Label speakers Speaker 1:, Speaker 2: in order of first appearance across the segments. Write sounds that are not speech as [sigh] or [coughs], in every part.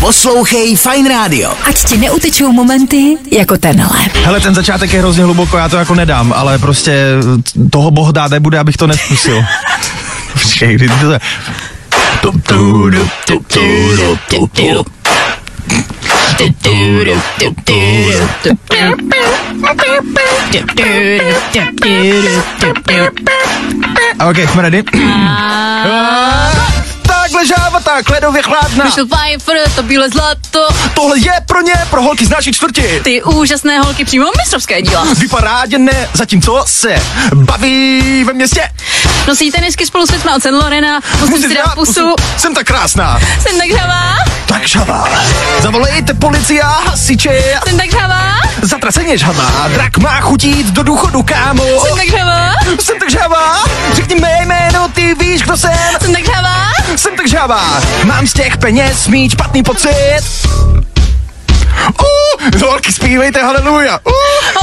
Speaker 1: Poslouchej Fine Radio.
Speaker 2: Ať ti neutečou momenty jako tenhle.
Speaker 3: No.
Speaker 4: Hele, ten začátek je hrozně hluboko, já to jako nedám, ale prostě toho boh dát nebude, abych to neskusil. Počkej, kdy to je? OK, jsme ready? Ah, Takhle žáva, tak ledově chladná.
Speaker 3: Vyšel fajn, fr, to bílé zlato,
Speaker 4: Tohle je pro ně, pro holky z naší čtvrti.
Speaker 3: ty úžasné holky přímo mistrovské díla.
Speaker 4: Vyparádě ne, zatímco se baví ve městě.
Speaker 3: Nosí tenisky spolu s věcma od San Lorena, musím si dát pusu,
Speaker 4: Jsem tak krásná,
Speaker 3: jsem tak hravá,
Speaker 4: tak žavá. Zavolejte policie a hasiče.
Speaker 3: jsem tak hravá,
Speaker 4: Zatraceně žhavá, drak má chutít do důchodu, kámo.
Speaker 3: jsem tak hravá,
Speaker 4: Jsem tak žhavá, řekni mé jméno, ty víš, kdo jsem.
Speaker 3: jsem tak hravá,
Speaker 4: Jsem tak žhavá, mám z těch peněz mít špatný pocit. Uh, holky, zpívejte, haleluja. Uh,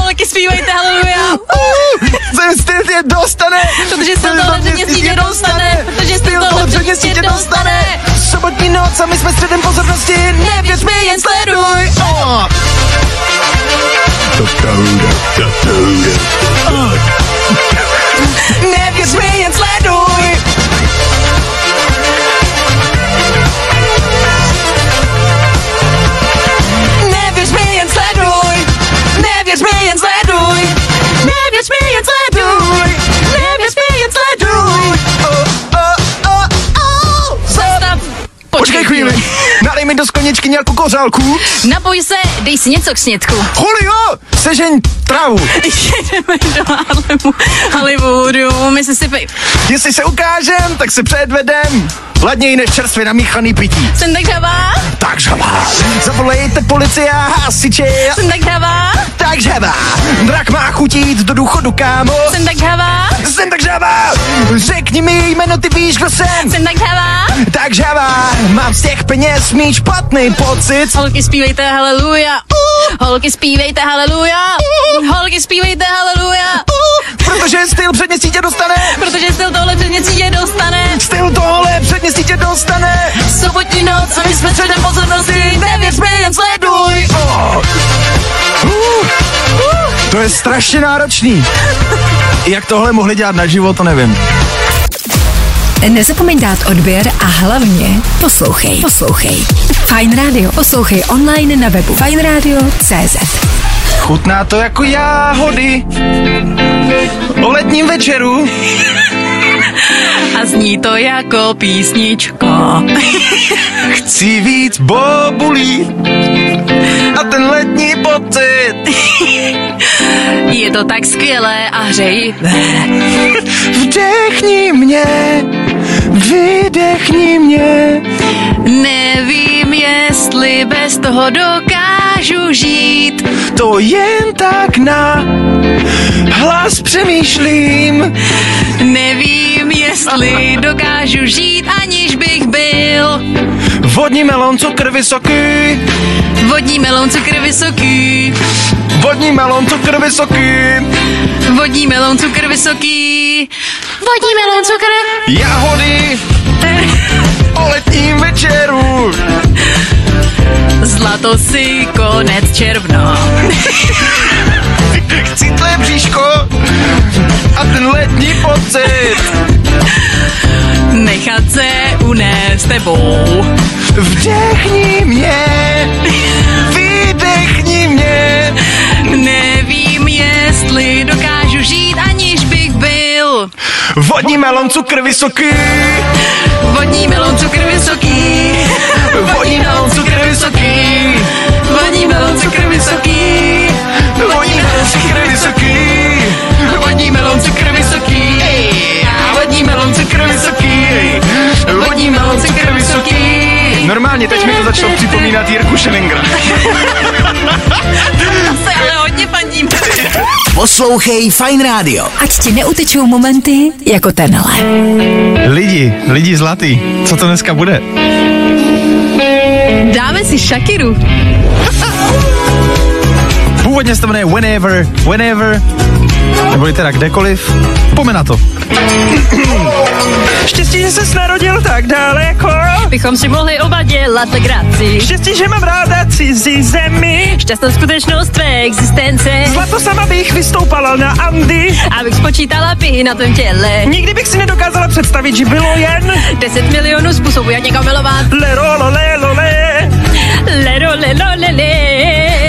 Speaker 3: holky zpívejte haleluja,
Speaker 4: uh, jsem styl je dostane.
Speaker 3: protože se to lepší měsíčně dostane, protože se to lepší měsíčně dostane.
Speaker 4: Sobotní noc a my jsme středem pozornosti, nevěř mi, jen sleduj. Oh.
Speaker 3: Nevěř mi, jen sleduj. Nevěř mi, jen sleduj. Nevěř mi, jen sleduj. Nevěř mi, jen sleduj. Nevěř mi, jen sleduj. Zastav.
Speaker 4: Počkej chvíli, nalej mi do skleničky nějakou kořálku.
Speaker 3: Napoj se, dej si něco k snědku.
Speaker 4: Julio, sežeň trávu.
Speaker 3: Jedeme do Harlemu, Hollywoodu, Mississippi.
Speaker 4: Jestli se ukážem, tak se předvedem. Ladněji než čerstvě namíchaný pití.
Speaker 3: Jsem tak hravá,
Speaker 4: Tak žhavá. Zavolejte policie a hasiče.
Speaker 3: jsem tak hravá,
Speaker 4: Tak žhavá. Drak má chutít do důchodu, kámo.
Speaker 3: jsem tak hravá,
Speaker 4: Jsem tak žhavá. Řekni mi jméno, ty víš, kdo jsem.
Speaker 3: jsem tak hravá.
Speaker 4: Tak žhavá. Mám z těch peněz mít špatný pocit.
Speaker 3: Holky zpívejte haleluja. Holky zpívejte haleluja. Holky zpívejte haleluja.
Speaker 4: Protože styl před měsíče dostane.
Speaker 3: Protože se tohle před měsíče dostane.
Speaker 4: Styl tohle před měsíče dostane.
Speaker 3: Sobotní noc, a my jsme předem pozornosti. Nevěř mi, jen sleduj.
Speaker 4: Oh. Uh. To je strašně náročný. Jak tohle mohli dělat naživo, to nevím.
Speaker 2: Nezapomeň dát odběr a hlavně poslouchej. Poslouchej. Fine Radio. Poslouchej online na webu fineradio.cz
Speaker 4: Chutná to jako jáhody o letním večeru.
Speaker 3: A zní to jako písnička.
Speaker 4: Chci víc bobulí a ten letní pocit.
Speaker 3: Je to tak skvělé a hřej.
Speaker 4: Vdechni mě, vydechni mě.
Speaker 3: Nevím, jestli bez toho dokážu žít.
Speaker 4: To jen tak na hlas přemýšlím.
Speaker 3: Nevím, jestli dokážu žít, aniž bych byl.
Speaker 4: Vodní melon, cukr vysoký,
Speaker 3: Vodní melon, cukr vysoký.
Speaker 4: vodní melon, cukr vysoký.
Speaker 3: Vodní melon, cukr vysoký. Vodní melon, cukr.
Speaker 4: Jahody o letním večeru.
Speaker 3: Zlato si konec června.
Speaker 4: Chci tvé bříško a ten letní pocit.
Speaker 3: Nechat se unést tebou.
Speaker 4: Vdechni mě, vydechni mě.
Speaker 3: Nevím, jestli dokážu žít, aniž bych byl.
Speaker 4: Vodní melon, cukr vysoký.
Speaker 3: Vodní melon, cukr vysoký.
Speaker 4: Vodní melon, cukr vysoký.
Speaker 3: Vodní melon, cukr vysoký.
Speaker 4: Vodní melon, cukr vysoký.
Speaker 3: Vodní melon, cukr vysoký. Vodní melon, cukr vysoký. Vodní melon, cukr vysoký.
Speaker 2: No,
Speaker 4: Normálně teď mi to začalo připomínat Jirku Šelingra.
Speaker 2: no.
Speaker 3: se ale hodně fandím.
Speaker 1: Poslouchej Fine Radio.
Speaker 2: Ať ti neutečou momenty jako tenhle.
Speaker 4: Lidi, lidi zlatý, co to dneska bude?
Speaker 3: Dáme si Shakiru.
Speaker 4: Původně se to jmenuje Whenever, Whenever, Neboli teda kdekoliv, pome na to.
Speaker 2: [coughs] Štěstí, že ses narodil tak daleko.
Speaker 5: bychom si mohli oba dělat legraci.
Speaker 2: Štěstí, že mám ráda cizí zemi.
Speaker 5: Šťastnou skutečnost tvé existence,
Speaker 2: Zlato sama bych vystoupala na Andy.
Speaker 5: abych spočítala pihy na tvém těle.
Speaker 2: Nikdy bych si nedokázala představit, že bylo jen
Speaker 5: 10 milionů způsobů, jak někoho milovat.
Speaker 2: lerolo, lelole.
Speaker 5: Lero, lero, lele.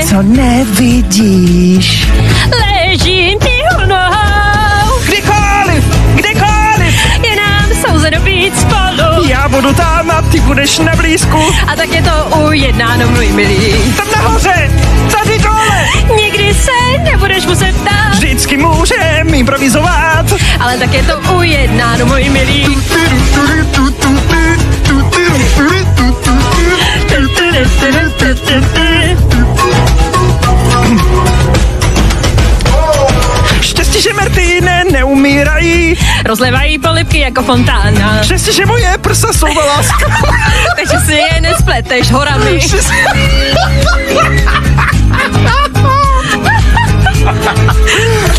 Speaker 2: Co nevidíš?
Speaker 5: Ležím ti u nohou,
Speaker 2: Kdykoliv, kdekoliv.
Speaker 5: je nám souzeno být spolu.
Speaker 2: Já budu tam a ty budeš na blízku.
Speaker 5: A tak je to ujednáno, můj milý.
Speaker 2: Tam nahoře, tady dole.
Speaker 5: Nikdy se nebudeš muset ptát,
Speaker 2: Vždycky můžem improvizovat.
Speaker 5: ale tak je to ujednáno, můj milý.
Speaker 2: Štěstí, že Martine neumírají.
Speaker 5: Rozlevají polipky jako fontána,
Speaker 2: Štěstí, že moje prsa jsou láska.
Speaker 5: takže si je nespleteš horami.
Speaker 4: [laughs]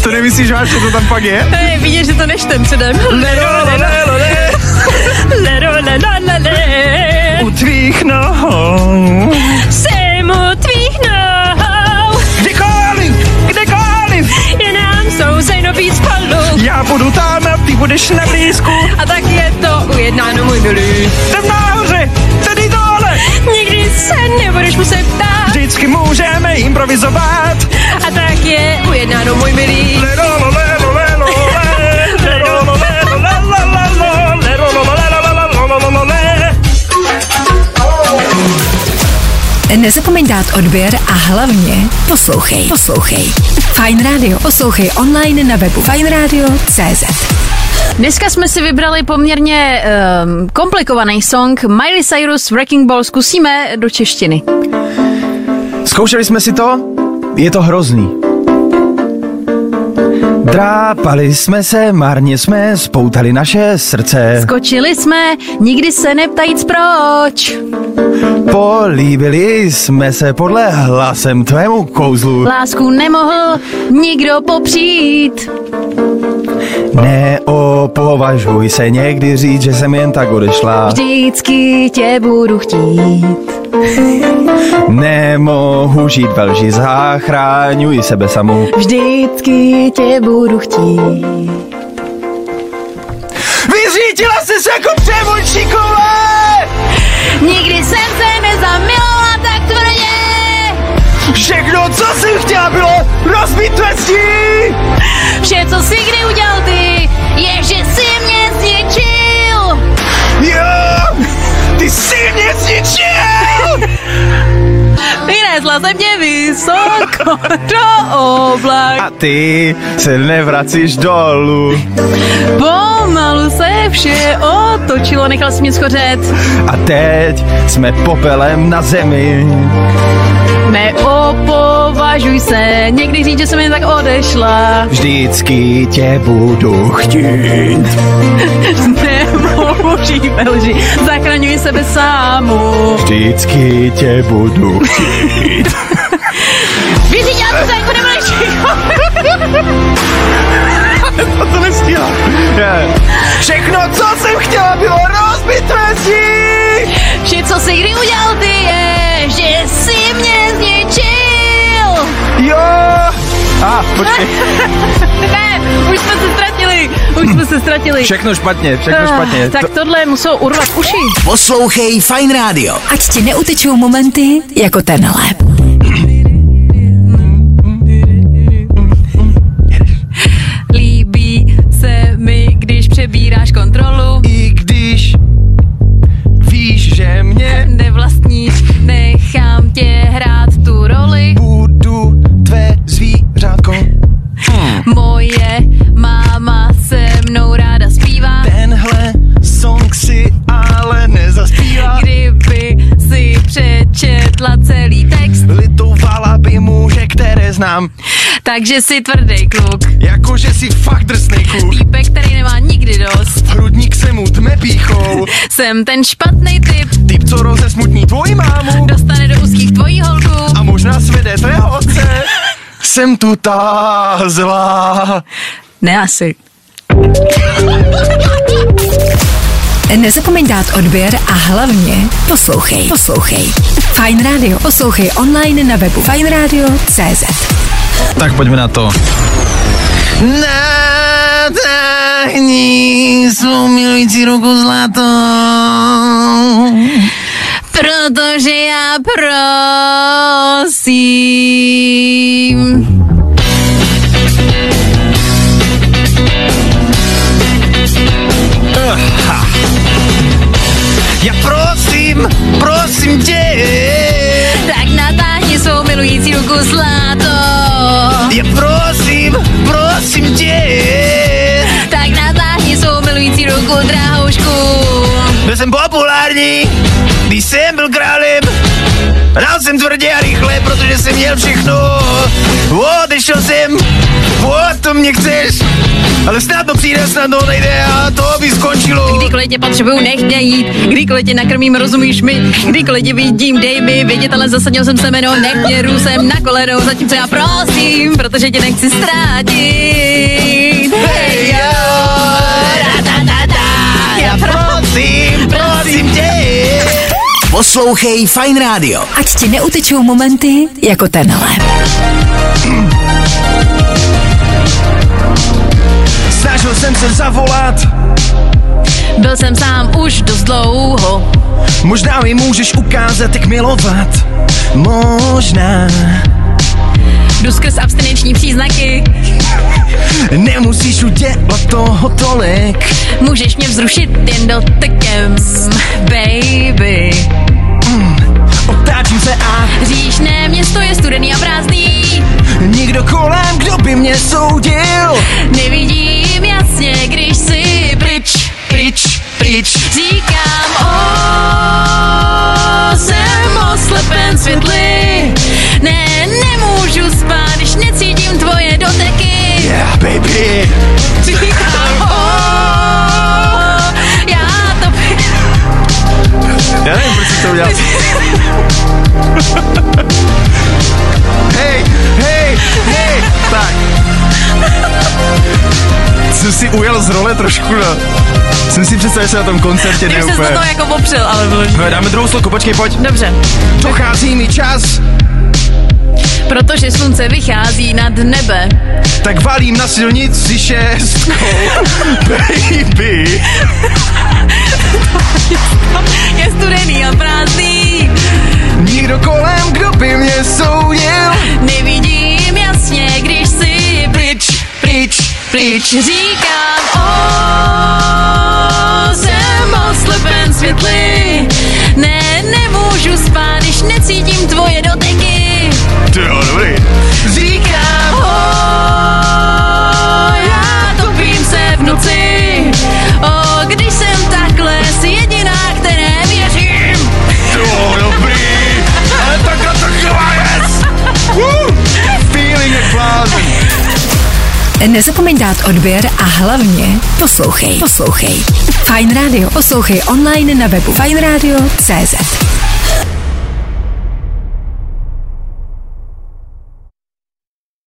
Speaker 4: To nemyslíš vážně, co tam pak je?
Speaker 5: Hej, vidíš, že to neštem předem. Lero, lero, lero, lero, lero.
Speaker 2: U tvých nohou.
Speaker 5: Jsem u tvých nohou,
Speaker 2: Kdykoliv, kdekoliv.
Speaker 5: je nám souzeno být spolu.
Speaker 2: Já budu tam a ty budeš na blízku.
Speaker 5: A tak je to ujednáno, můj milý.
Speaker 2: Tam nahoře, tady dole.
Speaker 5: Nikdy se nebudeš muset ptát,
Speaker 2: Vždycky můžeme improvizovat.
Speaker 5: a tak je ujednáno, můj milý.
Speaker 2: Lerolo, lelo, lelo, le. Lerolo, lelo, lelo, lelo. Lerolo, lelo, lelo, lelo, le.
Speaker 6: Nezapomeň dát odběr a hlavně poslouchej. Poslouchej. Fine Radio. Poslouchej online na webu fineradio.cz
Speaker 3: Dneska jsme si vybrali poměrně
Speaker 5: ehm,
Speaker 3: um, komplikovaný song Miley Cyrus Wrecking Ball. Zkusíme do češtiny.
Speaker 4: Zkoušeli jsme si to, je to hrozný. Drápali jsme se, marně jsme spoutali naše srdce.
Speaker 3: Skočili jsme, nikdy se neptajíc proč.
Speaker 4: Políbili jsme se podle hlasem tvému kouzlu.
Speaker 3: Lásku nemohl nikdo popřít.
Speaker 4: Neopovažuj se někdy říct, že jsem jen tak odešla.
Speaker 3: Vždycky tě budu chtít.
Speaker 4: Nemohu žít ve lži, zachráňuji sebe samou.
Speaker 3: Vždycky tě budu chtít.
Speaker 4: Vyřítila jsi se jako převočíková!
Speaker 3: Nikdy jsem se nezamilovala tak tvrdě.
Speaker 4: Všechno, co jsem chtěla, bylo rozbít tvé sní!
Speaker 3: Vše, co jsi kdy udělal ty, je, že jsi mě zničil.
Speaker 4: Jo! Ty jsi mě zničil!
Speaker 3: Vynesla jsem tě vysoko [laughs] do oblak,
Speaker 4: A ty se nevracíš dolů.
Speaker 3: pomalu se vše otočilo, nechal jsi mě schořet.
Speaker 4: A teď jsme popelem na zemi.
Speaker 3: Neopovažuj se, někdy říct, že jsem jen tak odešla.
Speaker 4: Vždycky tě budu chtít.
Speaker 3: Nemohu žít ve lži, zachraňuji sebe sámu.
Speaker 4: Vždycky tě budu chtít.
Speaker 3: Vyřídila jsem se, jako nebyla
Speaker 4: to nestihla. Všechno, co jsem chtěla, bylo rozbit tvé sní.
Speaker 3: Vše, co jsi kdy udělal ty je, že jsi mě zničil.
Speaker 4: Jo! A, ah, počkej.
Speaker 3: Ne, už jsme se ztratili, už jsme se ztratili. Ah,
Speaker 4: Všechno špatně, všechno špatně.
Speaker 3: Tak tohle musel urvat uši.
Speaker 1: Poslouchej Fine Radio.
Speaker 6: Ať ti neutečou momenty jako tenhle.
Speaker 5: Líbí se mi, když přebíráš kontrolu,
Speaker 4: I když víš, že mě
Speaker 5: nevlastníš, nechám tě hrát tu roli.
Speaker 4: budu tvé zvířátko,
Speaker 5: Moje máma se mnou ráda zpívá,
Speaker 4: tenhle song si ale nezaspívá.
Speaker 5: kdyby si přečetla celý text,
Speaker 4: Litovala by muže, které znám,
Speaker 5: takže si tvrdý kluk.
Speaker 4: jakože si fakt drsnej kluk.
Speaker 5: Týpek, který nemá nikdy dost.
Speaker 4: Hrudník se mu tme píchou,
Speaker 5: Jsem ten špatný typ,
Speaker 4: typ, co rozesmutní tvoji mámu
Speaker 5: dostane do úzkých tvojí holku.
Speaker 4: a možná svede tvého otce. jsem tu ta zlá.
Speaker 3: Ne asi.
Speaker 6: Nezapomeň dát odběr a hlavně poslouchej. Poslouchej. Fine Radio. Poslouchej online na webu fineradio.cz
Speaker 4: Tak pojďme na to. Natáhni svou milující ruku zlato.
Speaker 3: Protože já prosím.
Speaker 4: Já prosím, prosím tě.
Speaker 3: Tak natáhni svou milující ruku zlato.
Speaker 4: Já prosím, prosím tě.
Speaker 3: Tak natáhni svou milující ruku drahoušku.
Speaker 4: Byl jsem populární, když jsem byl králem. Hrál jsem tvrdě a rychle, protože jsem měl všechno. Odešel jsem, o to mě chceš. Ale snad to přijde, snad to nejde a to by skončilo.
Speaker 3: Kdykoliv tě potřebuju, nech mě jít. Kdykoliv tě nakrmím, rozumíš mi. Kdykoliv tě vidím, dej mi vědět, ale zasadil jsem semeno. Nech mě růsem na kolenou, zatímco já prosím, protože tě nechci ztrátit. Hej, jo. Ra, ta, ta, ta. Já
Speaker 4: prosím, prosím tě.
Speaker 1: Poslouchej Fine Radio.
Speaker 6: Ať ti neutečou momenty jako tenhle.
Speaker 4: Snažil jsem se zavolat,
Speaker 3: Byl jsem sám už dost dlouho,
Speaker 4: možná mi můžeš ukázat, jak milovat. Možná
Speaker 3: jdu skrz abstinenční příznaky,
Speaker 4: nemusíš udělat toho tolik.
Speaker 3: můžeš mě vzrušit jen dotekem, baby.
Speaker 4: Otáčím se a
Speaker 3: Říšné město je studený a prázdný,
Speaker 4: nikdo kolem, kdo by mě soudil.
Speaker 3: nevidím jasně, když si pryč, pryč, pryč. Říkám, o, jsem oslepen světly, ne, nemůžu spát, když necítím tvoje doteky.
Speaker 4: Yeah, baby.
Speaker 3: Říkám, o, já to
Speaker 4: Já nevím, proč jsi to udělal. hej, hej, hej, tak. Jsem si ujel z role trošku, no. Jsem si představil, že na tom koncertě
Speaker 3: Ty už
Speaker 4: ne
Speaker 3: jsi
Speaker 4: úplně.
Speaker 3: to jako popřel, ale bylo
Speaker 4: No, dáme druhou sloku, počkej, pojď.
Speaker 3: Dobře.
Speaker 4: Dochází mi čas,
Speaker 3: Protože slunce vychází nad nebe.
Speaker 4: tak valím na silnici šestkou, baby.
Speaker 3: Je studený a prázdný.
Speaker 4: Nikdo kolem, kdo by mě soudil.
Speaker 3: Nevidím jasně, když si pryč, pryč, pryč. Říkám, o, jsem oslepen světly. Ne, nemůžu spát, když necítím tvoje doteky.
Speaker 4: To jo, dobrý.
Speaker 3: Říkám, o, já topím se v noci. O, když jsem takhle, jsi jediná, které věřím.
Speaker 4: To jo, dobrý. Ale takhle to chvíla jest. Woo! Feeling jak blázen.
Speaker 6: Nezapomeň dát odběr a hlavně poslouchej. Poslouchej. Fine Radio. Poslouchej online na webu fineradio.cz